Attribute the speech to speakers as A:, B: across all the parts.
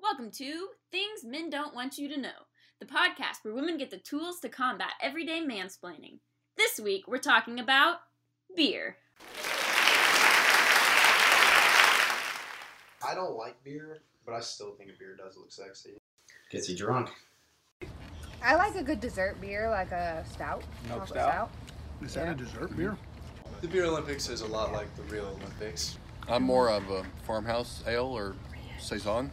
A: Welcome to Things Men Don't Want You to Know, the podcast where women get the tools to combat everyday mansplaining. This week, we're talking about beer.
B: I don't like beer, but I still think beer does look sexy.
C: Gets you drunk.
D: I like a good dessert beer, like a stout.
E: Milk
D: chocolate
E: stout?
F: Is that
D: Yeah.
F: a dessert beer?
B: The beer Olympics is a lot like the real Olympics.
G: I'm more of a farmhouse ale or saison.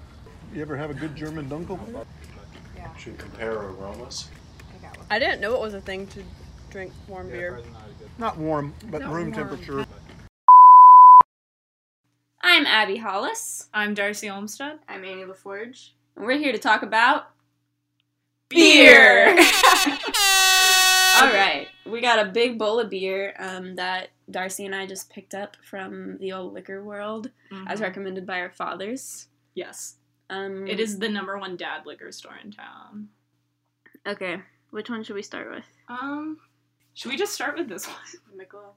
F: You ever have a good German dunkel?
B: Should we compare aromas?
H: I didn't know it was a thing to drink warm beer.
F: Not warm, but
H: Not
F: room
H: warm.
F: temperature.
A: I'm Abby Hollis.
I: I'm Darcy Olmstead.
A: I'm Annie LaForge. And we're here to talk about All right, we got a big bowl of beer um, that Darcy and I just picked up from the old liquor world, as recommended by our fathers.
I: Mm-hmm. yes,
A: Um,
I: it is the number one dad liquor store in town.
A: okay. Which one should we start with?
I: Um, should we just start with this one? Michelob,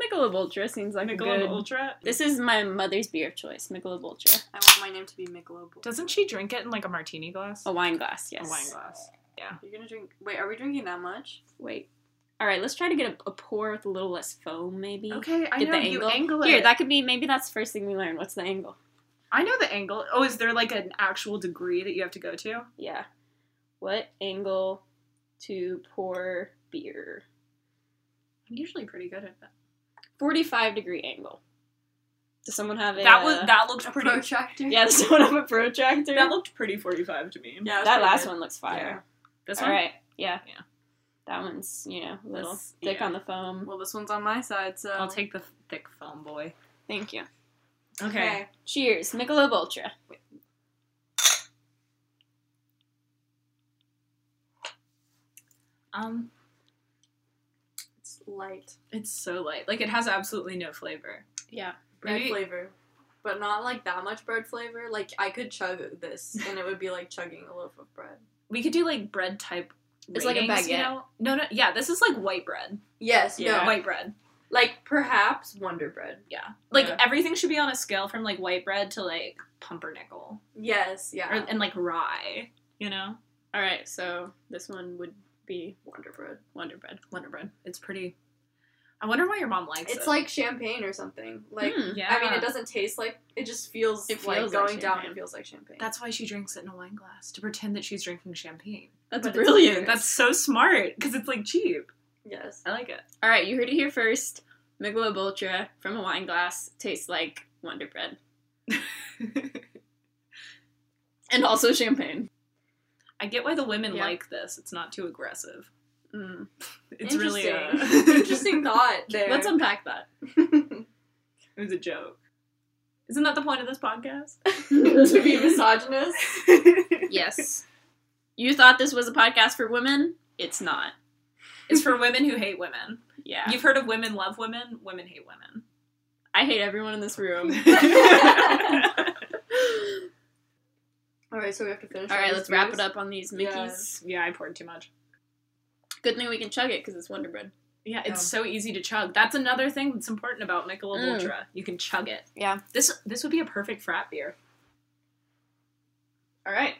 A: Michelob Ultra seems like a
I: Michelob
A: good.
I: Ultra.
A: This is my mother's beer of choice, Michelob Ultra.
J: I want my name to be Michelob. Ultra.
I: Doesn't she drink it in like a martini glass?
A: A wine glass, Oh, yes.
I: A wine glass.
J: You're gonna drink. Wait, are we drinking that much?
A: Wait. All right, let's try to get a, a pour with a little less foam, maybe.
I: Okay, I
A: Get
I: know you angle it.
A: Here, that could be. Maybe that's the first thing we learn. What's the angle?
I: I know the angle. Oh, is there like an actual degree that you have to go to?
A: Yeah. What angle to pour beer?
I: I'm usually pretty good at that.
A: Forty-five degree angle. Does someone have a?
I: that was
A: uh,
I: that looked
J: A
I: pretty.
J: protractor.
A: Yeah, does someone have a protractor?
I: That looked pretty 45 to me.
J: Yeah,
A: That last one looks fire.
I: This
A: All
I: one.
A: right. Yeah.
I: Yeah.
A: That one's you know a little
I: That's-
A: thick
I: yeah.
A: on the foam.
J: Well, this one's on my side, so
I: I'll take the thick foam boy.
A: Thank you.
I: Okay.
A: Cheers, Michelob Ultra.
I: Um,
J: It's light,
I: it's so light. Like it has absolutely no flavor.
A: Yeah.
J: bread
I: Maybe-
J: flavor, but not like that much bread flavor. Like I could chug this, and it would be like chugging a loaf of bread.
I: We could do like bread type.
J: It's like a
I: ratings, you
J: baguette.
I: know? No, no, yeah. This is like white bread.
J: Yes.
I: Yeah,
J: No.
I: white bread.
J: Like perhaps Wonder Bread.
I: Yeah, like
J: Yeah.
I: everything should be on a scale from like white bread to like pumpernickel
J: Yes. Yeah.
I: or, and like rye. You know,
A: All right, so this one would be
J: Wonder Bread.
A: Wonder Bread.
I: Wonder bread. It's pretty. I wonder why your mom likes it.
J: It's like champagne or something. Like
A: Hmm.
I: yeah.
J: I mean, it doesn't taste like. It just feels
A: It
J: like
A: feels like
J: going down.
A: champagne.
J: It feels like champagne.
I: That's why she drinks it in a wine glass to pretend that she's drinking champagne.
A: That's
J: But it's
A: brilliant.
J: beer.
I: That's so smart because it's like cheap.
J: yes.
I: I like it.
A: All right, you heard it here first. Michelob Ultra from a wine glass tastes like Wonder Bread and also champagne.
I: I get why the women
A: Yeah.
I: like this. It's not too aggressive.
A: Mm.
I: It's really uh, a
J: Interesting. interesting thought there.
A: uh, Let's unpack that.
I: It was a joke. Isn't that the point of this podcast?
J: to be misogynist.
A: yes. You thought this was a podcast for women? It's not.
I: It's for women who hate women.
A: Yeah.
I: You've heard of women love women, women hate women.
A: I hate everyone in this room.
J: All right, so we have to finish.
A: All
J: all
A: right,
J: these
A: let's wrap it
J: beers.
A: up on these Mickeys.
J: Yes.
I: yeah, I poured too much.
A: Good thing we can chug it because it's Wonder Bread.
I: Yeah, it's so easy to chug. That's another thing that's important about Michelob
A: Mm.
I: Ultra. You can chug it.
A: Yeah.
I: This this would be a perfect frat beer.
A: All right.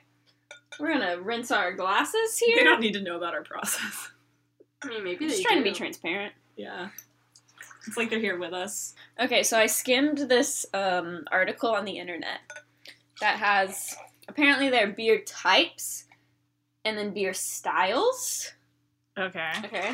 A: We're going to rinse our glasses here.
I: They don't need to know about our process.
J: I mean, maybe
A: I'm just
J: they
A: trying to
J: do.
A: be transparent.
I: Yeah. It's like they're here with us.
A: Okay, so I skimmed this um, article on the internet that has apparently there are beer types and then beer styles.
I: Okay.
A: Okay.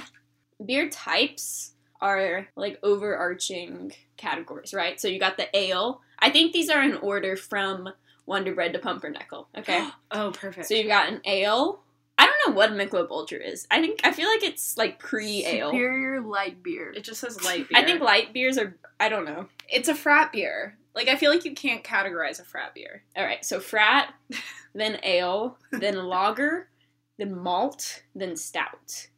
A: Beer types are like overarching categories, right? So you got the ale. I think these are in order from Wonder Bread to Pumpernickel. Okay.
I: Oh, perfect.
A: so you've got an ale. I don't know what Michelob Ultra is. I think I feel like it's like pre-ale.
J: Superior light beer.
I: it just says light beer.
A: I think light beers are. I don't know.
I: it's a frat beer. Like I feel like you can't categorize a frat beer.
A: All right, so frat, then ale, then lager, then malt, then stout.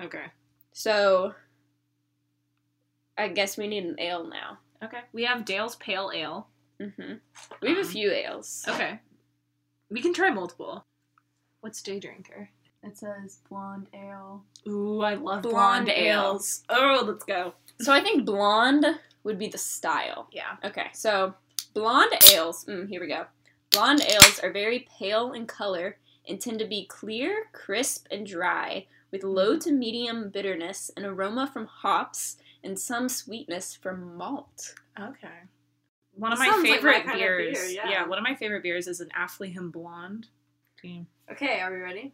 I: Okay.
A: So I guess we need an ale now.
I: Okay. We have Dale's Pale Ale.
A: hmm We have a
I: Um,
A: few ales.
I: Okay. We can try multiple. What's Day Drinker?
J: It says blonde ale.
I: Ooh, I love
A: Blonde
I: blonde, ales. Oh, let's go.
A: So I think blonde would be the style.
I: Yeah.
A: Okay, so blonde ales. Mm, here we go. Blonde ales are very pale in color and tend to be clear, crisp, and dry, with low to medium bitterness, an aroma from hops, and some sweetness from malt.
I: Okay. One of my
J: Sounds like my
I: favorite
J: kind of beer,
I: beers.
J: yeah.
I: yeah. one of my favorite beers is an Affleheim Blonde. Okay.
J: Okay, are we ready?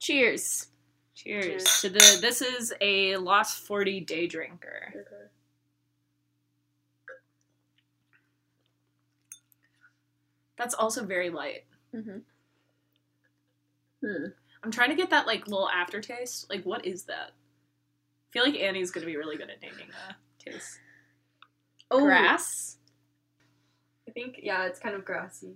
A: Cheers.
I: Cheers.
J: Cheers.
I: to the. This is a Lost Forty Day Drinker. That's also very light.
A: Mm-hmm.
I: I'm trying to get that like little aftertaste. Like, what is that? I feel like Annie's gonna be really good at naming uh, taste.
A: Oh. Grass.
J: I think yeah, it's kind of grassy.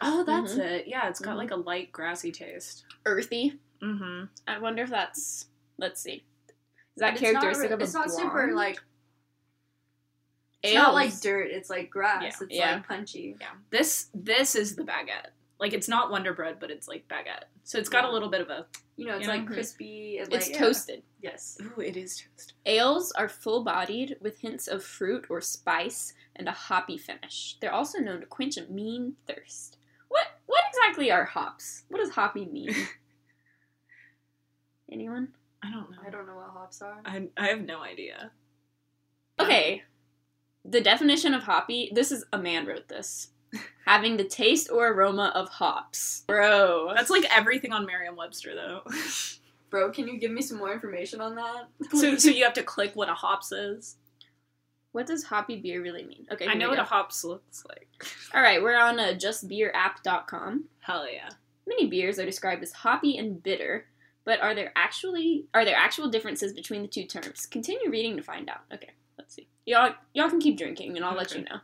I: Oh,
A: that's
J: Mm-hmm.
I: it. Yeah, it's got like a light grassy taste.
A: Earthy.
I: Mm-hmm.
A: I wonder if that's. Let's see. Is that
J: But it's not
A: characteristic
J: re-
A: of a
J: It's not
A: blonde?
J: super like it's
A: Ales.
J: not like dirt. It's like grass.
I: Yeah.
J: It's
A: Yeah.
J: like punchy.
I: Yeah. This this is the baguette. Like it's not Wonder Bread, but it's like baguette. So it's got a little bit of a.
J: You know, it's
I: Yeah.
J: like
A: Mhm.
J: crispy. And
A: It's
J: like, yeah.
A: toasted.
J: Yes.
I: Ooh, it is toast.
A: Ales are full bodied with hints of fruit or spice and a hoppy finish. They're also known to quench a mean thirst. What what exactly are hops? What does hoppy mean? Anyone?
I: I don't know.
J: I don't know what hops are.
I: I, I have no idea.
A: Okay. The definition of hoppy, this is a man wrote this. Having the taste or aroma of hops. Bro.
I: That's like everything on Merriam-Webster though.
J: Bro, can you give me some more information on that?
I: so so you have to click what a hops is.
A: What does hoppy beer really mean? Okay.
I: I
A: here
I: know
A: we
I: what
A: go.
I: a hops looks like.
A: All right, we're on uh, justbeerapp.com.
I: Hell yeah.
A: Many beers are described as hoppy and bitter, but are there actually are there actual differences between the two terms? Continue reading to find out. Okay, let's see. Y'all y'all can keep drinking and I'll let you know.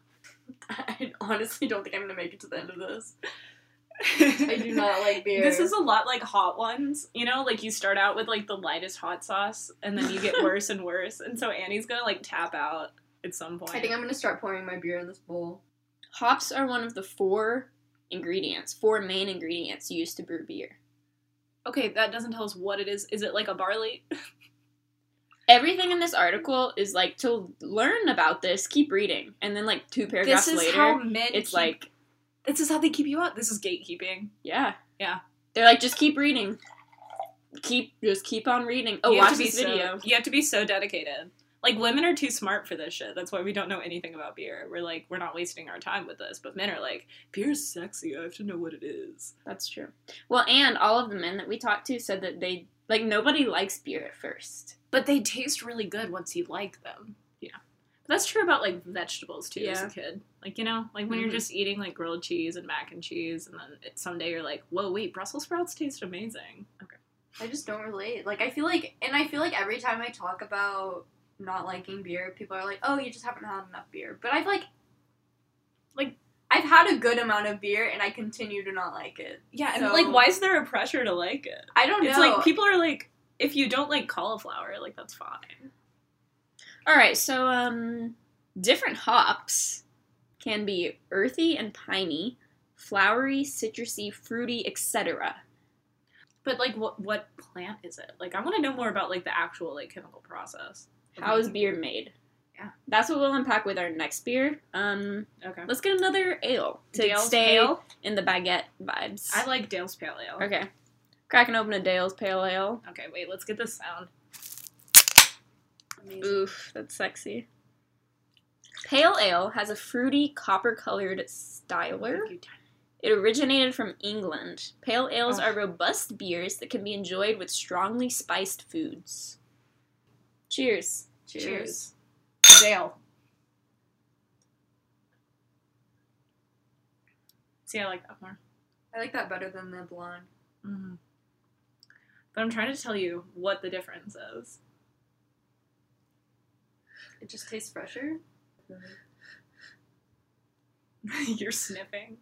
J: I honestly don't think I'm gonna make it to the end of this. I do not like beer.
I: This is a lot like hot ones, you know, like you start out with like the lightest hot sauce and then you get worse and worse. And so Annie's gonna like tap out at some point.
J: I think I'm gonna start pouring my beer in this bowl.
A: Hops are one of the four ingredients, four main ingredients used to brew beer.
I: okay, that doesn't tell us what it is. Is it like a barley?
A: Everything in this article is like to learn about this, keep reading. And then like two paragraphs
I: This is
A: later,
I: how men
A: it's
I: keep-
A: like,
I: this is how they keep you out. This is gatekeeping.
A: yeah.
I: Yeah.
A: They're like just keep reading. Keep just keep on reading. Oh,
I: You have
A: watch
I: to be
A: this video.
I: So, you have to be so dedicated. Like women are too smart for this shit. That's why we don't know anything about beer. We're like, we're not wasting our time with this. But men are like, beer's sexy. I have to know what it is.
A: That's true. Well, and all of the men that we talked to said that they like nobody likes beer at first.
I: But they taste really good once you like them. Yeah. That's true about like vegetables too as a
A: Yeah.
I: kid. Like, you know, like when you're
A: Mhm.
I: just eating like grilled cheese and mac and cheese and then it, someday you're like, whoa, wait, Brussels sprouts taste amazing. Okay.
J: I just don't relate. Like I feel like, and I feel like every time I talk about not liking beer, people are like, "Oh, you just haven't had enough beer." But I've like, like I've had a good amount of beer, and I continue to not like it.
I: Yeah, and
J: So-
I: like why is there a pressure to like it?
J: I don't
I: It's
J: know.
I: like people are like, if you don't like cauliflower, like that's fine.
A: All right, so um different hops can be earthy and piney, flowery, citrusy, fruity, etc.
I: But like, what what plant is it? Like, I want to know more about like the actual like chemical process.
A: How is beer made?
I: Mm-hmm. Yeah.
A: That's what we'll unpack with our next beer. Um
I: Okay.
A: let's get another ale to
I: Dale's
A: stay
I: Pale.
A: in the baguette vibes.
I: I like Dale's Pale Ale. Okay.
A: okay. Cracking open a Dale's pale ale.
I: wait. Let's get this sound.
J: Amazing.
A: Oof, that's sexy. Pale ale has a fruity, copper colored styler. It originated from England. Pale ales
I: Ugh.
A: are robust beers that can be enjoyed with strongly spiced foods. Cheers.
J: Cheers.
I: Dale. See, I like that more.
J: I like that better than the blonde.
I: Mm. But I'm trying to tell you what the difference is.
J: It just tastes fresher.
I: You're sniffing.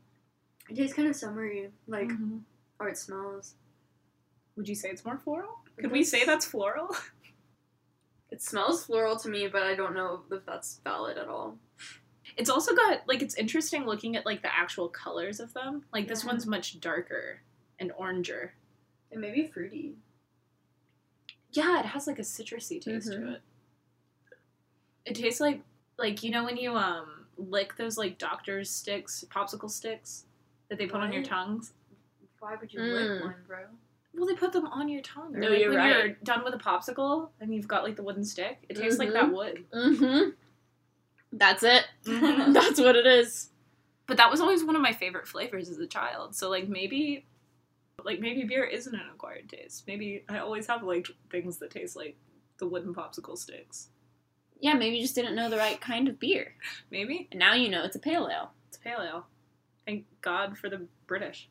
J: It tastes kind of summery, like or it smells.
I: Would you say it's more floral?
J: It
I: Could we
J: does-
I: say that's floral?
J: It smells floral to me, but I don't know if that's valid at all.
I: It's also got like it's interesting looking at like the actual colors of them. Like this
J: Yeah.
I: one's much darker and oranger.
J: It may be fruity.
I: Yeah, it has like a citrusy taste to
A: Mhm.
I: it. It tastes like like you know when you um lick those like doctor's sticks, popsicle sticks that they put on your
J: What?
I: tongues?
J: Why would you
A: Mm.
J: lick one, bro?
I: Well, they put them on your tongue. Or,
A: No,
I: like,
A: you're
I: when
A: right.
I: you're done with a popsicle and you've got like the wooden stick, it tastes like that wood.
A: Mm-hmm. That's it.
I: Mhm.
A: That's what it is.
I: But that was always one of my favorite flavors as a child. So like maybe like maybe beer isn't an acquired taste. Maybe I always have like things that taste like the wooden popsicle sticks.
A: Yeah, maybe you just didn't know the right kind of beer.
I: Maybe
A: And now you know it's a pale ale.
I: it's pale ale. Thank God for the British.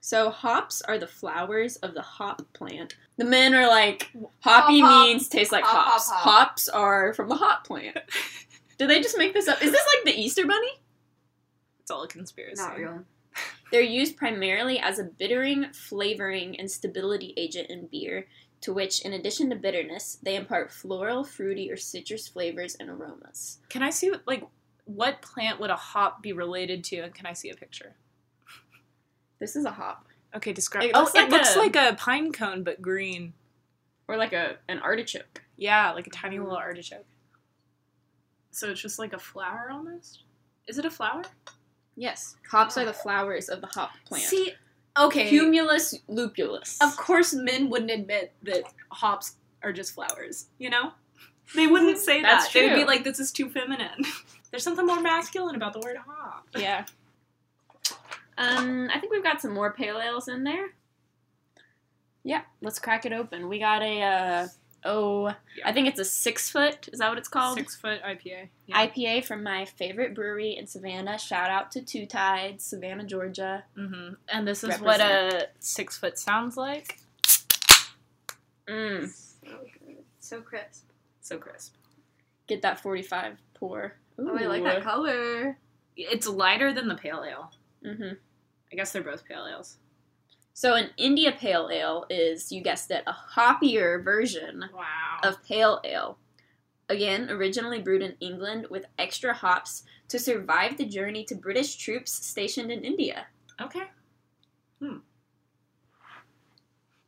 A: So hops are the flowers of the hop plant. The men are like, hoppy
J: Hop, hop.
A: means tastes like
J: Hop, hop,
A: hops.
J: hop.
A: Hops are from the hop plant. Did they just make this up? Is this like the Easter Bunny?
I: It's all a conspiracy.
J: Not real.
A: They're used primarily as a bittering, flavoring, and stability agent in beer, to which, in addition to bitterness, they impart floral, fruity, or citrus flavors and aromas.
I: Can I see what- like what plant would a hop be related to? And can I see a picture?
A: This is a hop.
I: Okay, describe.
A: It
I: oh,
A: looks
I: it
A: like
I: looks
A: a-
I: like a pine cone but green.
A: Or like a an artichoke.
I: Yeah, like a tiny little artichoke. Mm. So it's just like a flower almost. Is it a flower?
A: Yes. Hops are the flowers of the hop plant.
I: See, okay.
A: Cumulus lupulus.
I: of course, men wouldn't admit that hops are just flowers. You know, they wouldn't say
A: That's
I: that. They would be
A: true.
I: like, "This is too feminine." There's something more masculine about the word hop.
A: Yeah. Um, I think we've got some more pale ales in there. Yeah, let's crack it open. We got a uh, oh, I think it's a six foot. Is that what it's called?
I: Six foot IPA. Yeah.
A: IPA from my favorite brewery in Savannah. Shout out to Two Tides, Savannah, Georgia.
I: Mm-hmm. And this is what a
A: Represent.
I: six foot sounds like.
A: Mm.
J: So good. So crisp.
I: So crisp.
A: Get that forty five pour. Ooh.
J: Oh, I like that color.
I: It's lighter than the pale ale.
A: hmm
I: I guess they're both pale ales.
A: So an India Pale Ale is you guessed it, a hoppier version
I: Wow.
A: of pale ale. Again, originally brewed in England with extra hops to survive the journey to British troops stationed in India.
I: okay. Hmm.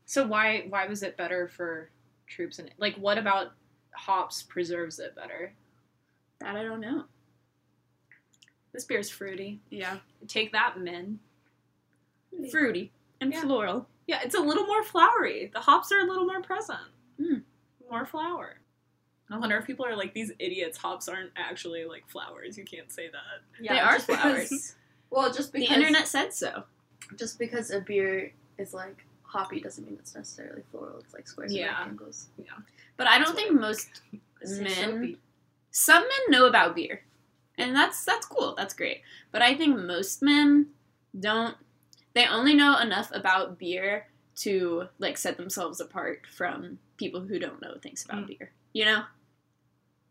I: So why why was it better for troops and like what about hops preserves it better?
A: That I don't know.
I: This beer's fruity.
A: Yeah.
I: Take that, men.
A: Fruity and
I: Yeah.
A: floral.
I: Yeah, it's a little more flowery. The hops are a little more present. Hmm.
A: Mm.
I: More flower. I wonder if people are like these idiots. Hops aren't actually like flowers. You can't say that.
J: Yeah,
A: they are
J: just because-
A: flowers.
J: well, just
A: the
J: because
A: internet said so.
J: just because a beer is like hoppy doesn't mean it's necessarily floral. It's like squares
I: Yeah.
J: and rectangles.
A: But I don't
I: That's
A: think most
J: It's
A: men
J: soapy.
A: some men know about beer. And that's that's cool. That's great. But I think most men don't they only know enough about beer to like set themselves apart from people who don't know things about
I: Mm.
A: beer. You know?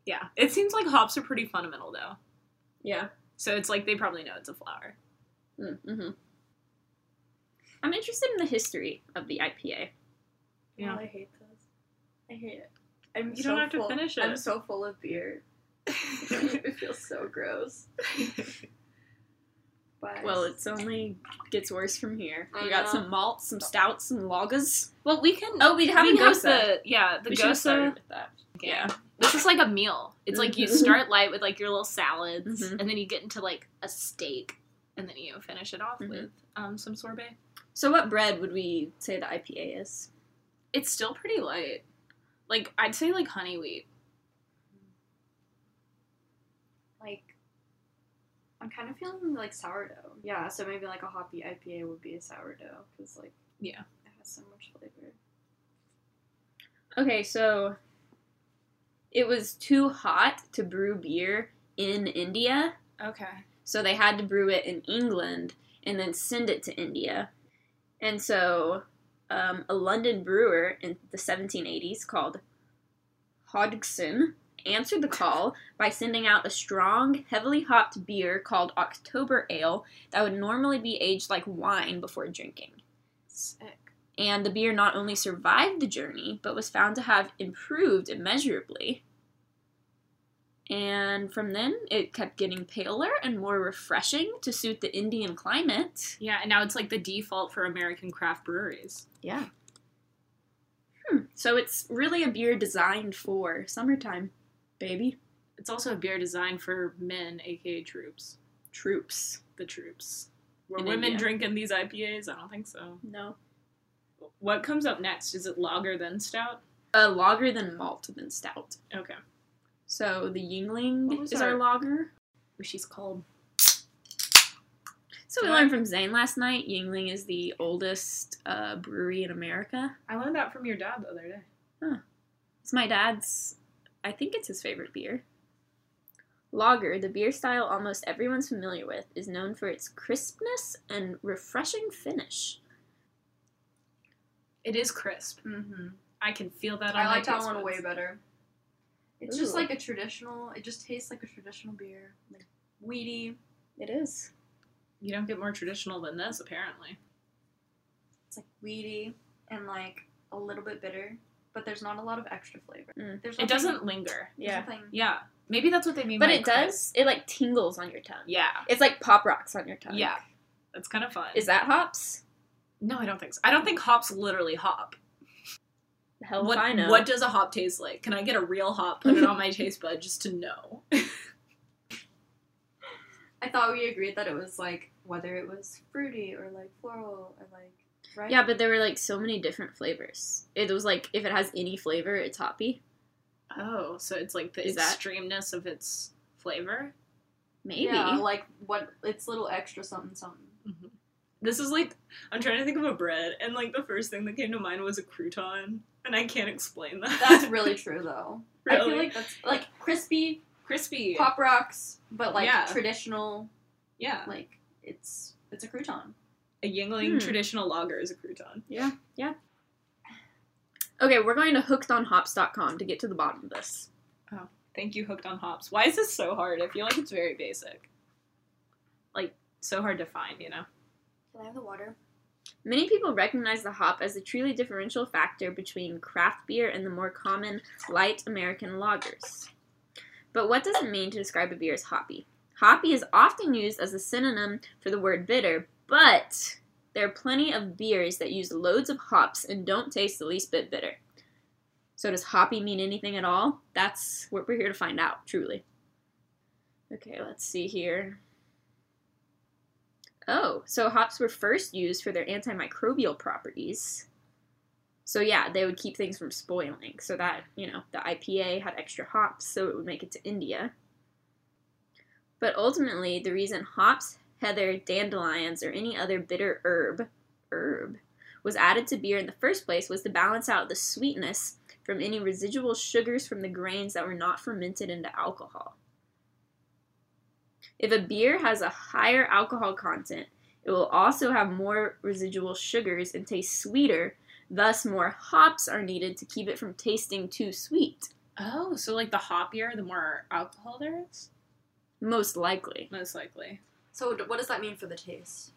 I: Yeah. It seems like hops are pretty fundamental though.
A: Yeah.
I: So it's like they probably know it's a flower.
A: Mm-hmm. I'm interested in the history of the IPA.
I: Yeah.
J: Oh, I hate this. I hate it. I'm
I: You
J: so
I: don't have to
J: full-
I: finish
J: I'm
I: it.
J: so full of beer. it feels so gross. But
A: Well, it's only gets worse from here.
J: I
A: We got
J: know.
A: some malts, some stouts, some lagers.
I: well, we can.
A: Oh, we
I: we
A: haven't
I: have
A: gosa.
I: the yeah the
A: we should've started
I: gosa.
A: with that.
I: Yeah. This is like a meal. It's like you
A: Mhm.
I: start light with like your little salads,
A: Mhm.
I: and then you get into like a steak, and then you finish it off
A: Mhm.
I: with um, some sorbet.
A: So, what bread would we say the IPA is?
I: It's still pretty light. Like I'd say like honey wheat.
J: like I'm kind of feeling like sourdough. Yeah, so maybe like a hoppy IPA would be a sourdough because like
I: Yeah.
J: it has so much flavor.
A: Okay, so it was too hot to brew beer in India,
I: Okay.
A: so they had to brew it in England and then send it to India. And so um, a London brewer in the 1780s called Hodgson answered the call by sending out a strong, heavily hopped beer called October Ale that would normally be aged like wine before drinking
I: Sick.
A: and the beer not only survived the journey but was found to have improved immeasurably. And from then, it kept getting paler and more refreshing to suit the Indian climate.
I: Yeah, and now it's like the default for American craft breweries.
A: Yeah. Hmm. So it's really a beer designed for summertime, baby.
I: It's also a beer designed for men, aka troops. Troops. The troops. Were
A: In
I: women
A: India.
I: drinking these IPAs? I don't think so.
A: No.
I: What comes up next? Is it lager then stout?
A: A lager than malt than stout.
I: Okay.
A: So the
I: What
A: Yingling
I: was
A: is our
I: our-
A: lager.
I: Which she's called.
A: So we
I: Can I-
A: learned from Zane last night. Yingling is the oldest uh, brewery in America.
I: I learned that from your dad the other day.
A: It's my dad's. I think it's his favorite beer. Lager, the beer style almost everyone's familiar with, is known for its crispness and refreshing finish.
I: It is crisp.
J: Mm-hmm.
I: I can feel that. On
J: I
I: my
J: like that
I: taste
J: one
I: buds.
J: way better. It's just
A: Ooh.
J: like a traditional. It just tastes like a traditional beer, like weedy.
A: It is.
I: You don't get more traditional than this, apparently.
J: It's like weedy and like a little bit bitter, but there's not a lot of extra flavor.
A: Mm.
J: There's
I: It
J: nothing-
I: doesn't linger.
J: there's
A: Yeah.
J: nothing-
I: Yeah, maybe that's what they mean.
A: But
I: by
A: it
I: crisp.
A: does. It like tingles on your tongue.
I: Yeah,
A: It's like pop rocks on your tongue.
I: yeah, that's kind of fun.
A: Is that hops?
I: no, I don't think so. I don't think hops literally hop.
A: The hell
I: what,
A: if Oh, I know.
I: what does a hop taste like? Can I get a real hop? Put it on my taste bud just to know.
J: I thought we agreed that it was like whether it was fruity or like floral or like right.
A: yeah, but there were like so many different flavors. It was like if it has any flavor, it's hoppy.
I: oh, so it's like the
A: Is that-
I: extremeness of its flavor.
A: Maybe.
J: Yeah, like what? It's little extra something something.
I: Mm-hmm. This is like I'm trying to think of a bread, and like the first thing that came to mind was a crouton, and I can't explain that.
J: That's really true though.
I: really
J: I feel like that's like crispy
I: crispy.
J: pop rocks, but like
I: Yeah.
J: traditional.
I: yeah,
J: Like it's it's a crouton.
I: a Yingling
A: Hmm.
I: traditional lager is a crouton.
A: Yeah, yeah. Okay, we're going to hookedonhops.com to get to the bottom of this.
I: Thank you, Hooked on Hops. Why is this so hard? I feel like it's very basic. Like, so hard to find, you know?
J: Can I have the water?
A: Many people recognize the hop as a truly differential factor between craft beer and the more common light American lagers. But what does it mean to describe a beer as hoppy? Hoppy is often used as a synonym for the word bitter, but there are plenty of beers that use loads of hops and don't taste the least bit bitter. So does hoppy mean anything at all? That's what we're here to find out, truly. Okay, let's see here. Oh, so hops were first used for their antimicrobial properties. So yeah, they would keep things from spoiling. So that, you know, the IPA had extra hops, so it would make it to India. But ultimately, the reason hops, heather, dandelions, or any other bitter herb, herb, was added to beer in the first place was to balance out the sweetness from any residual sugars from the grains that were not fermented into alcohol. If a beer has a higher alcohol content, it will also have more residual sugars and taste sweeter, thus, more hops are needed to keep it from tasting too sweet,
I: Oh, so like the hoppier, the more alcohol there is?
A: most likely.
I: Most likely.
J: So d- what does that mean for the taste?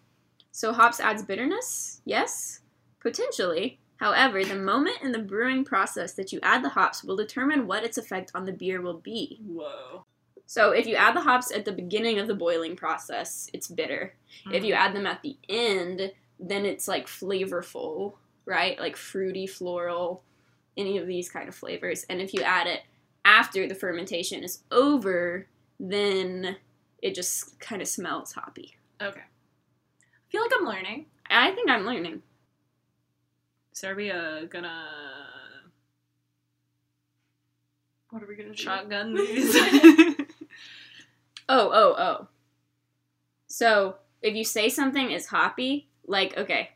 A: So, hops adds bitterness? Yes, potentially. However, the moment in the brewing process that you add the hops will determine what its effect on the beer will be.
I: Whoa.
A: So if you add the hops at the beginning of the boiling process, it's bitter. If
I: Mm. Hmm.
A: you add them at the end, then it's like flavorful, right? Like fruity, floral, any of these kind of flavors. And if you add it after the fermentation is over, then it just kind of smells hoppy.
I: Okay. I feel like I'm learning.
A: I think I'm learning.
I: So are we uh, gonna
J: What are we gonna do?
I: shotgun these?
A: Oh, oh, oh. So if you say something is hoppy, like okay,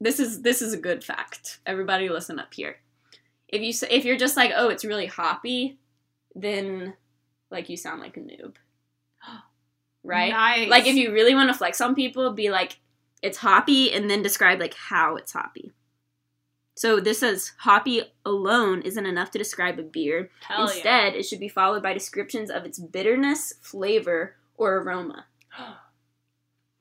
A: this is this is a good fact. Everybody listen up here. If you say, if you're just like oh it's really hoppy, then like you sound like a noob, right?
I: Nice.
A: Like if you really want to flex on people, be like it's hoppy and then describe like how it's hoppy. So this says hoppy alone isn't enough to describe a beer.
I: Hell yeah.
A: Instead, it should be followed by descriptions of its bitterness, flavor, or aroma.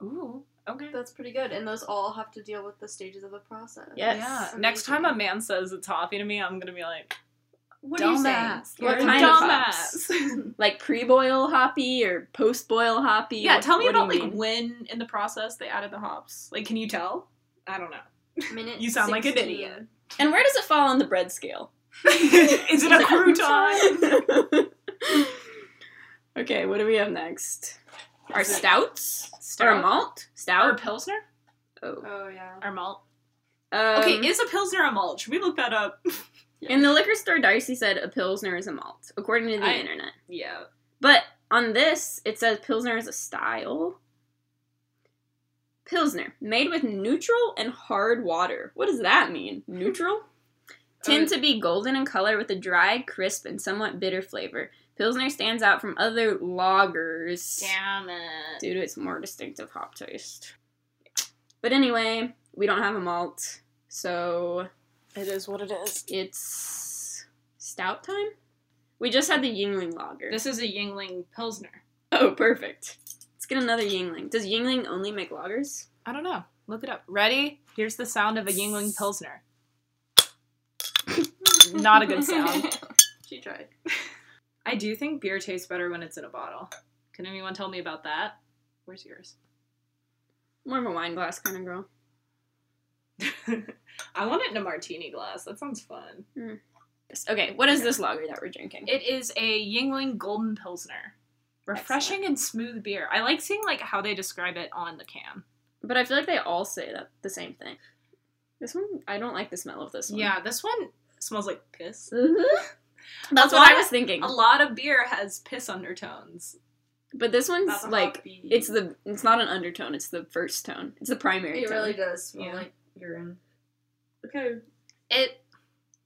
I: Ooh. Okay.
J: That's pretty good, and those all have to deal with the stages of the process.
A: Yes.
I: Yeah.
J: Amazing.
I: Next time a man says it's hoppy to me, I'm gonna be like,
J: What are you saying?
I: dumbass.
A: What
I: You're a
A: kind of
I: dumbass.
A: Like pre-boil hoppy or post-boil hoppy.
I: Yeah,
A: What-
I: tell me
A: what do
I: about
A: you
I: like
A: mean?
I: when in the process they added the hops. Like, can you tell? I don't know.
J: Minute
I: You sound like an
J: 16.
I: idiot.
A: and where does it fall on the bread scale?
I: Is it a crouton?
A: crouton? Okay, what do we have next? Our
I: Is it
A: stouts? Or
I: stout?
A: a malt?
I: Or a
A: Stout?
I: pilsner?
A: Oh.
J: Oh yeah.
I: Or malt?
A: Um,
I: okay, is a pilsner a malt? Should we look that up?
A: in the liquor store, Darcy said a pilsner is a malt, according to the
I: I-
A: internet.
I: Yeah.
A: But on this, it says Pilsner is a style. Pilsner, made with neutral and hard water. What does that mean? Neutral? Tend to be golden in color with a dry, crisp, and somewhat bitter flavor. Pilsner stands out from other lagers
I: Damn it.
A: due to its more distinctive hop taste. But anyway, we don't have a malt, so
H: It is what it is.
A: it's stout time? We just had the Yingling lager.
I: This is a Yingling pilsner.
A: Oh, perfect. Let's get another Yingling. Does Yingling only make lagers?
I: I don't know. Look it up. Ready? Here's the sound of a Yingling pilsner. Not a good sound.
J: she tried.
I: I do think beer tastes better when it's in a bottle. Can anyone tell me about that? Where's yours?
A: More of a wine glass kind of girl.
I: I want it in a martini glass. That sounds fun.
A: Yes. Okay, what is this lager that we're drinking?
I: It is a Yingling Golden Pilsner. Refreshing and smooth beer. I like seeing like how they describe it on the can.
A: But I feel like they all say that the same thing. This one, I don't like the smell of this one.
I: Yeah, this one smells like piss.
A: Mhm. That's
I: A
A: what I
I: lot-
A: was thinking.
I: A lot of beer has piss undertones.
A: But this one's
J: That's a
A: like,
J: hot beat.
A: it's the, it's not an undertone, it's the first tone. It's the primary
J: It
A: tone.
J: really does smell
I: Yeah.
J: like urine. Okay.
I: It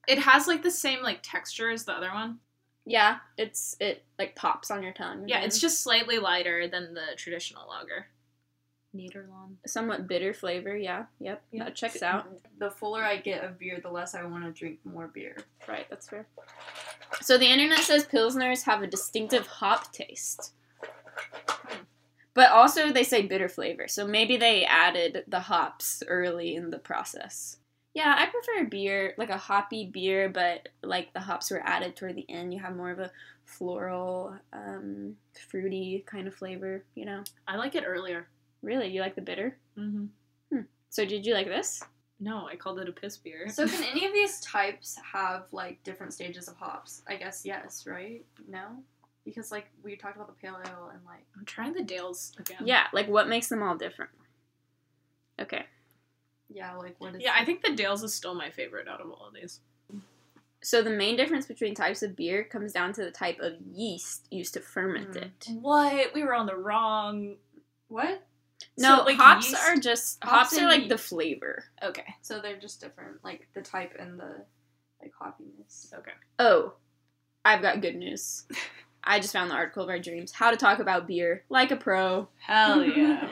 I: it has like the same like texture as the other one.
A: Yeah, it's, it like pops on your tongue.
I: Yeah, it's
A: Mhm.
I: just slightly lighter than the traditional lager. Niederlon.
A: somewhat bitter flavor. Yeah, yep,
I: Yeah.
A: that checks out.
J: The fuller I get of beer, the less I want to drink more beer.
A: Right, that's fair. So the internet says pilsners have a distinctive hop taste. But also they say bitter flavor, so maybe they added the hops early in the process. Yeah, I prefer a beer, like a hoppy beer, but like the hops were added toward the end. You have more of a floral, um, fruity kind of flavor, you know?
I: I like it earlier.
A: Really, you like the bitter?
I: Mm-hmm.
A: So did you like this?
I: No, I called it a piss beer.
J: So can any of these types have like different stages of hops? I guess yes, right? No? Because like we talked about the pale ale and like
I: I'm trying the Dales again.
A: Yeah, like what makes them all different? Okay.
J: yeah, like what is
I: Yeah, I think the Dales is still my favorite out of all of these.
A: So the main difference between types of beer comes down to the type of yeast used to ferment
J: Mm.
A: it.
I: What? We were on the wrong.
J: what?
A: No,
I: So, like,
A: hops
I: yeast-
A: are just
J: hops
A: hops, are
J: and
A: like
J: yeast.
A: the flavor.
I: Okay.
J: So they're just different, like the type and the like hoppiness.
I: Okay.
A: Oh, I've got good news. I just found the article of our dreams: how to talk about beer like a pro.
I: Hell
J: yeah.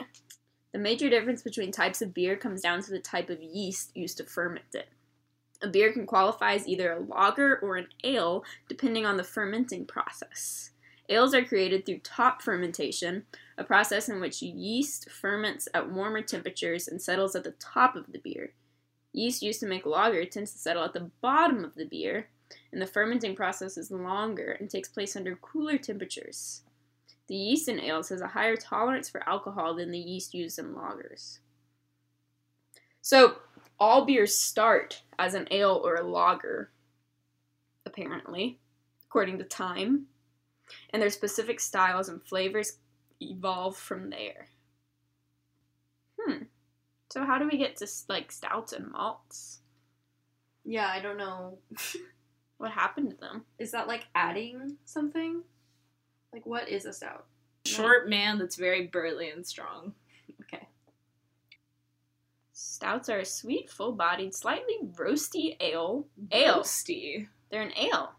A: The major difference between types of beer comes down to the type of yeast used to ferment it. A beer can qualify as either a lager or an ale, depending on the fermenting process. Ales are created through top fermentation, a process in which yeast ferments at warmer temperatures and settles at the top of the beer. Yeast used to make lager tends to settle at the bottom of the beer, and the fermenting process is longer and takes place under cooler temperatures. The yeast in ales has a higher tolerance for alcohol than the yeast used in lagers. So, all beers start as an ale or a lager, apparently, according to Time, and their specific styles and flavors evolve from there. Hmm. So, how do we get to s- like stouts and malts?
J: Yeah, I don't know.
A: What happened to them?
J: Is that like adding something? Like what is a stout?
I: Short man that's very burly and strong.
J: Okay.
A: Stouts are a sweet, full bodied, slightly roasty ale. Ale.
I: Roasty.
A: They're an ale.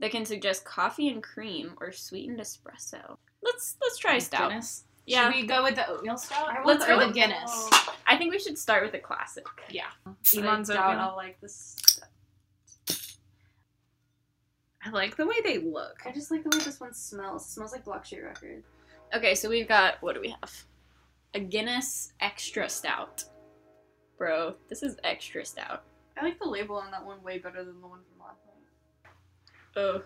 A: That can suggest coffee and cream or sweetened espresso. Let's let's try a stout.
I: Guinness.
A: Yeah.
I: Should we go with the oatmeal stout?
J: I want
I: Let's
J: the
I: go with
J: oatmeal.
I: Guinness.
A: I think we should start with a classic.
I: Yeah.
J: I
I: Elon's
J: doubt
I: oatmeal.
J: I'll like this.
I: I like the way they look.
J: I just like the way this one smells. It smells like Block Street Records.
A: Okay, so we've got what do we have? A Guinness extra stout. Bro, this is extra stout.
J: I like the label on that one way better than the one from last night.
A: Oh.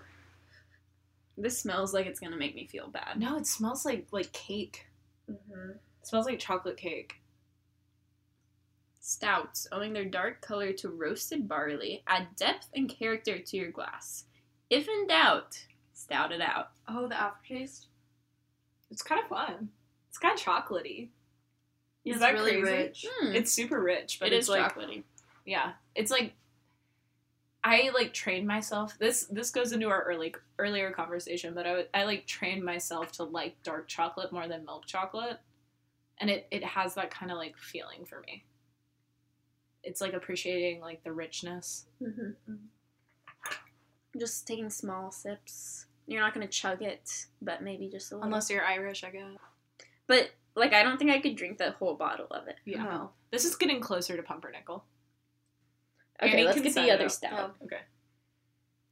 A: This smells like it's gonna make me feel bad.
I: No, it smells like like cake.
J: Mm-hmm.
I: It smells like chocolate cake.
A: Stouts, owing their dark color to roasted barley, add depth and character to your glass. If in doubt, stout it out.
J: Oh, the aftertaste.
I: It's kind of fun. It's kind of chocolatey. Is
J: it's
I: that
J: really
I: crazy?
J: rich.
A: Hmm.
I: It's super rich, but
A: It
I: it's
A: is
I: like
A: chocolatey.
I: yeah, it's like I like trained myself. This this goes into our early earlier conversation, but I would- I like trained myself to like dark chocolate more than milk chocolate, and it it has that kind of like feeling for me. It's like appreciating like the richness.
J: Mm-hmm.
A: Just taking small sips. You're not gonna chug it, but maybe just a little.
I: Unless you're Irish, I guess.
A: but like, I don't think I could drink the whole bottle of it.
I: Yeah.
J: No.
I: This is getting closer to pumpernickel.
A: Okay,
I: Annie
A: let's
I: can
A: get
I: sign
A: the other
I: up. Oh.
A: stout.
J: No.
I: Okay.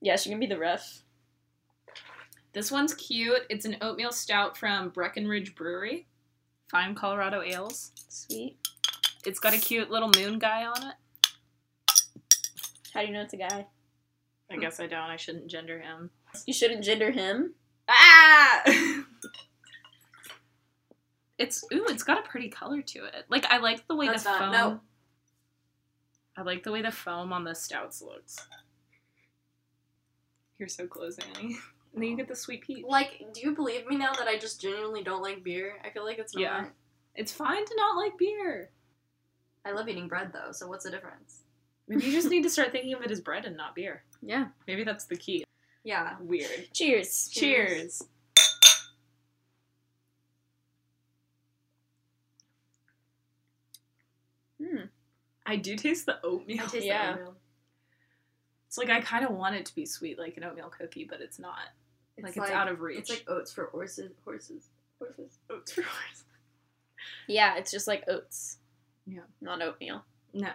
A: Yeah, she can be the ref.
I: This one's cute. It's an oatmeal stout from Breckenridge Brewery. Fine Colorado Ales.
A: Sweet.
I: It's got a cute little moon guy on it.
A: How do you know it's a guy?
I: I guess I don't. I shouldn't gender him.
A: You shouldn't gender him.
I: Ah! it's ooh, it's got a pretty color to it. Like I like the way
J: That's
I: the
J: not-
I: foam.
J: no.
I: I like the way the foam on the stouts looks. You're so close, Annie. And then you get the sweet peach.
J: Like, do you believe me now that I just genuinely don't like beer? I feel like it's not.
I: Yeah. It's fine to not like beer.
J: I love eating bread though, so what's the difference?
I: Maybe you just need to start thinking of it as bread and not beer.
A: Yeah.
I: Maybe that's the key.
J: Yeah.
I: Weird.
A: Cheers.
I: Cheers.
A: Hmm.
I: I do taste the oatmeal.
J: I taste the
A: Yeah.
J: oatmeal.
I: It's like I kind of want it to be sweet, like an oatmeal cookie, but it's not.
J: It's
I: Like it's, out of reach.
J: It's like oats for horses. Horses. Horses.
I: oats for horse.
A: Yeah, it's just like oats.
I: Yeah.
A: Not oatmeal.
I: No.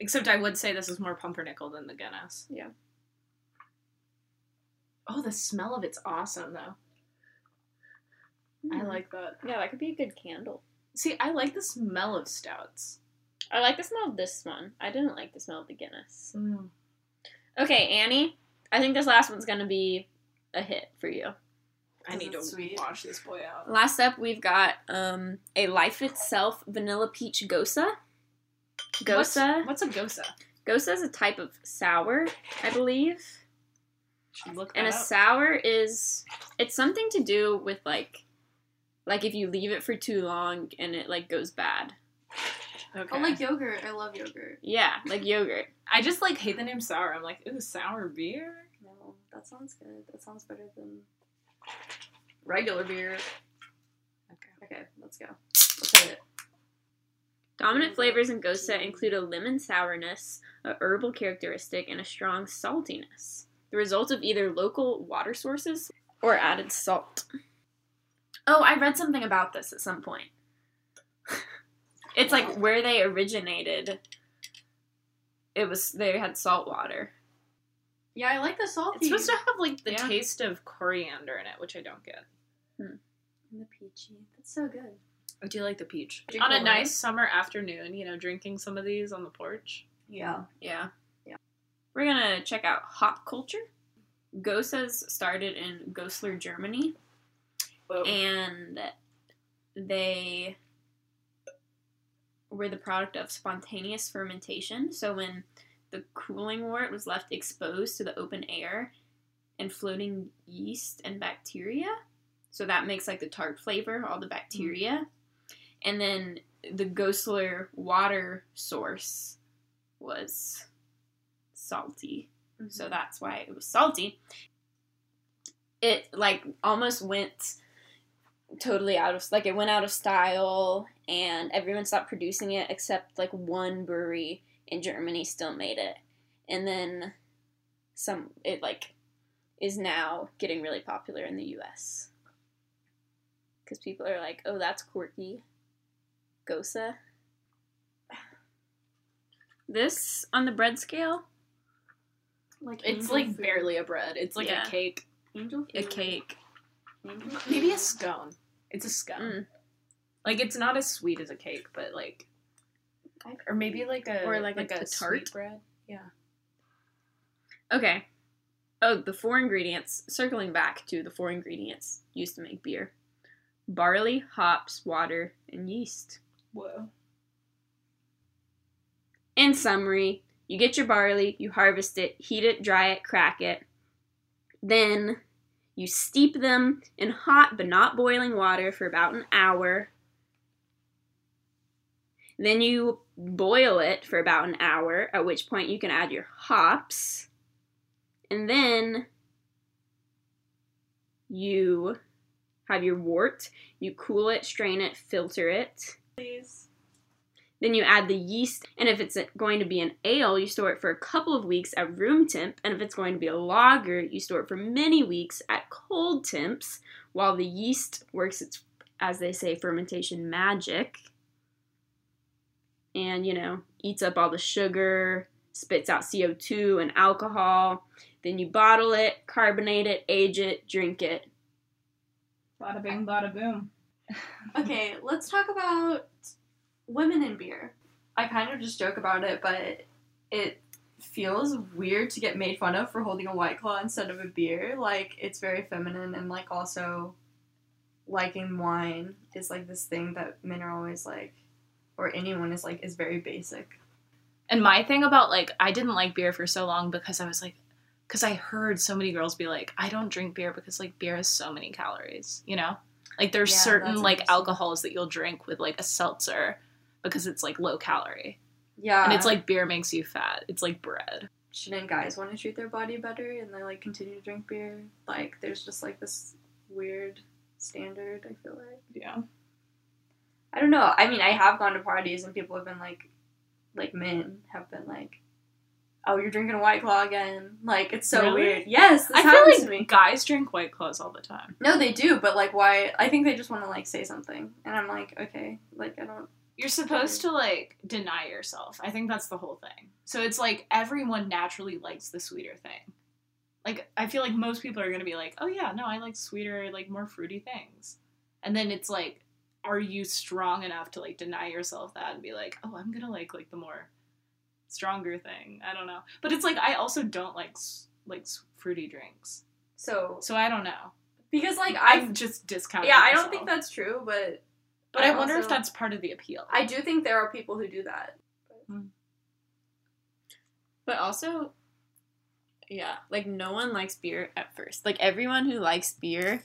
I: Except I would say this is more pumpernickel than the Guinness.
A: Yeah.
I: Oh, the smell of it's awesome though. I like that.
A: Hmm. Yeah, that could be a good candle.
I: See, I like the smell of stouts.
A: I like the smell of this one. I didn't like the smell of the Guinness.
I: Mm.
A: Okay, Annie, I think this last one's gonna be a hit for you.
I: I
J: Is
I: need
J: it
I: to
J: sweet?
I: wash this boy out.
A: Last up, we've got um, a Life Itself Vanilla Peach Gosa. Gosa.
I: What's, what's a gosa?
A: Gosa is a type of sour, I believe.
I: Should look that
A: And a
I: up.
A: sour is it's something to do with like like if you leave it for too long and it like goes bad.
I: okay.
J: I like yogurt. I love yogurt.
A: Yeah, like yogurt.
I: I just like hate the name sour. I'm like, ooh, sour beer.
J: No, that sounds good. That sounds better than regular beer.
I: Okay.
J: Okay, let's go. Let's hit it.
A: Dominant flavors in Gosa include a lemon sourness, a herbal characteristic, and a strong saltiness. The result of either local water sources or added salt. Oh, I read something about this at some point. it's like where they originated. It was they had salt water.
J: Yeah, I like the salty.
I: It's supposed to have like the
A: Yeah.
I: taste of coriander in it, which I don't get.
J: And the peachy. That's so good.
I: I do like the peach.
J: Drink
I: on a
J: alone?
I: nice summer afternoon, you know, drinking some of these on the porch.
J: Yeah.
A: Yeah.
J: Yeah.
A: We're gonna check out hop culture. Gosas started in Goslar, Germany,
I: Oh.
A: and they were the product of spontaneous fermentation. So when the cooling wort was left exposed to the open air and floating yeast and bacteria, so that makes like the tart flavor, all the bacteria, and then the Goslar water source was salty. So that's why it was salty. It like almost went totally out of like it went out of style and everyone stopped producing it except like one brewery in Germany still made it. And then some it like is now getting really popular in the US. Cuz people are like, "Oh, that's quirky." Gosa. This on the bread scale,
J: Like
I: It's
J: angel
I: like
J: food.
I: barely a bread. It's like
A: Yeah.
I: a cake.
J: angel
A: a
J: food.
A: cake.
J: Angel food.
I: Maybe a scone. It's a scone.
A: Mm.
I: Like it's not as sweet as a cake, but like or maybe like a
A: Or like a- a tart?
I: sweet bread. Yeah.
A: Okay. Oh, the four ingredients. Circling back to the four ingredients used to make beer barley, hops, water, and yeast.
I: Whoa.
A: In summary, you get your barley, you harvest it, heat it, dry it, crack it, Then you steep them in hot but not boiling water for about an hour. Then you boil it for about an hour, at which point you can add your hops. And then you have your wort, you cool it, strain it, filter it.
I: Please.
A: Then you add the yeast, and if it's going to be an ale, you store it for a couple of weeks at room temp, and if it's going to be a lager, you store it for many weeks at cold temps while the yeast works its, as they say, fermentation magic. And, you know, eats up all the sugar, spits out CO2 and alcohol. Then you bottle it, carbonate it, age it, drink it.
I: Bada bing, bada boom.
J: Okay, let's talk about women in beer. I kind of just joke about it, but it feels weird to get made fun of for holding a white claw instead of a beer. Like it's very feminine and like also liking wine is like this thing that men are always like or anyone is like is very basic.
I: And my thing about like I didn't like beer for so long because I was like because I heard so many girls be like, I don't drink beer because like beer has so many calories, you know? Like there's
J: Yeah,
I: certain
J: that's
I: like
J: interesting.
I: alcohols that you'll drink with like a seltzer because it's like low calorie.
J: Yeah.
I: and it's like beer makes you fat. It's like bread.
J: shouldn't guys want to treat their body better and they like continue to drink beer? Like there's just like this weird standard, I feel like.
I: Yeah.
J: I don't know. I mean, I have gone to parties and people have been like, like men have been like, "Oh, you're drinking a white claw again." Like it's so
I: Really?
J: weird. Yes, this
I: I
J: happens
I: feel
J: to
I: like
J: me.
I: guys drink white claws all the time.
J: No, they do, but like, why? I think they just want to like say something, and I'm like, okay, like I don't.
I: You're supposed to like deny yourself. I think that's the whole thing. So it's like everyone naturally likes the sweeter thing. Like I feel like most people are going to be like, "Oh yeah, no, I like sweeter, like more fruity things." And then it's like are you strong enough to like deny yourself that and be like, "Oh, I'm going to like like the more stronger thing." I don't know. But it's like I also don't like s- like s- fruity drinks.
J: So
I: So I don't know.
J: because like
I: I've
J: I,
I: just discounted
J: yeah, I don't
I: myself.
J: think that's true, but
I: But
J: I
I: I wonder if
J: also-
I: that's part of the appeal.
J: I do think there are people who do that.
A: But also, yeah, like no one likes beer at first. Like everyone who likes beer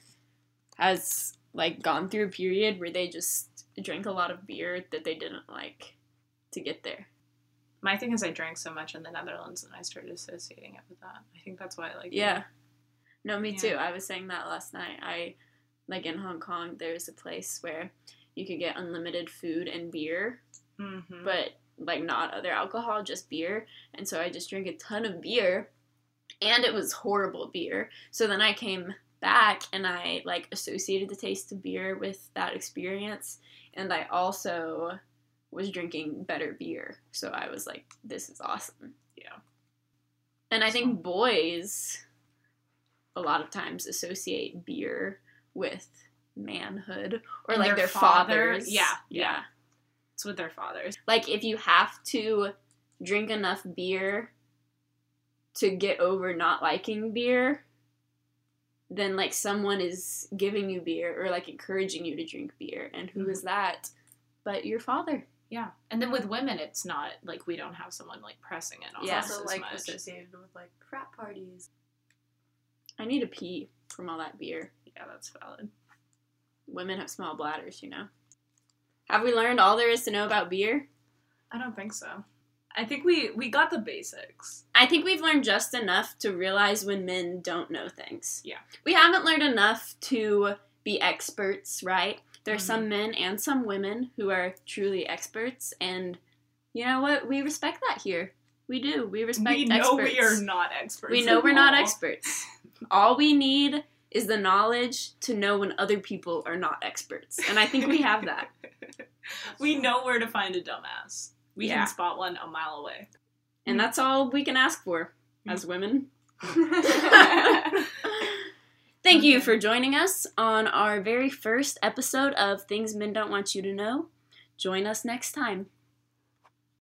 A: has like gone through a period where they just drank a lot of beer that they didn't like to get there.
I: My thing is, I drank so much in the Netherlands, and I started associating it with that. I think that's why I like.
A: Yeah. No, me
I: Yeah.
A: too. I was saying that last night. I like in Hong Kong there's a place where you can get unlimited food and beer,
I: Mm-hmm.
A: but like not other alcohol, just beer. And so I just drank a ton of beer and it was horrible beer. So then I came back and I like associated the taste of beer with that experience and I also was drinking better beer. So I was like this is awesome.
I: Yeah.
A: And I think boys a lot of times associate beer with manhood or
I: And
A: like
I: their
A: their,
I: father-
A: fathers.
I: yeah,
A: Yeah.
I: It's with their fathers.
A: Like if you have to drink enough beer to get over not liking beer, then like someone is giving you beer or like encouraging you to drink beer. And who is that but your father?
I: Yeah, and then with women, it's not like we don't have someone like pressing it on
A: Yeah.
I: us
J: also
I: as
J: like
I: much.
J: associated with like frat parties.
A: I need a pee from all that beer.
I: Yeah, that's valid.
A: Women have small bladders, you know. Have we learned all there is to know about beer?
I: I don't think so. I think we we got the basics.
A: I think we've learned just enough to realize when men don't know things.
I: Yeah.
A: We haven't learned enough to be experts, right? There are
I: Mhm.
A: some men and some women who are truly experts, and you know what? We respect that here. We do. We respect
I: we know
A: experts.
I: we are not experts.
A: We know
I: at
A: we're not
I: all.
A: experts. All we need is the knowledge to know when other people are not experts, and I think we have that.
I: we know where to find a dumbass. We
A: Yeah.
I: can spot one a mile away.
A: And that's all we can ask for
I: Mm-hmm.
A: as women. Thank you for joining us on our very first episode of Things Men Don't Want You to Know. Join us next time.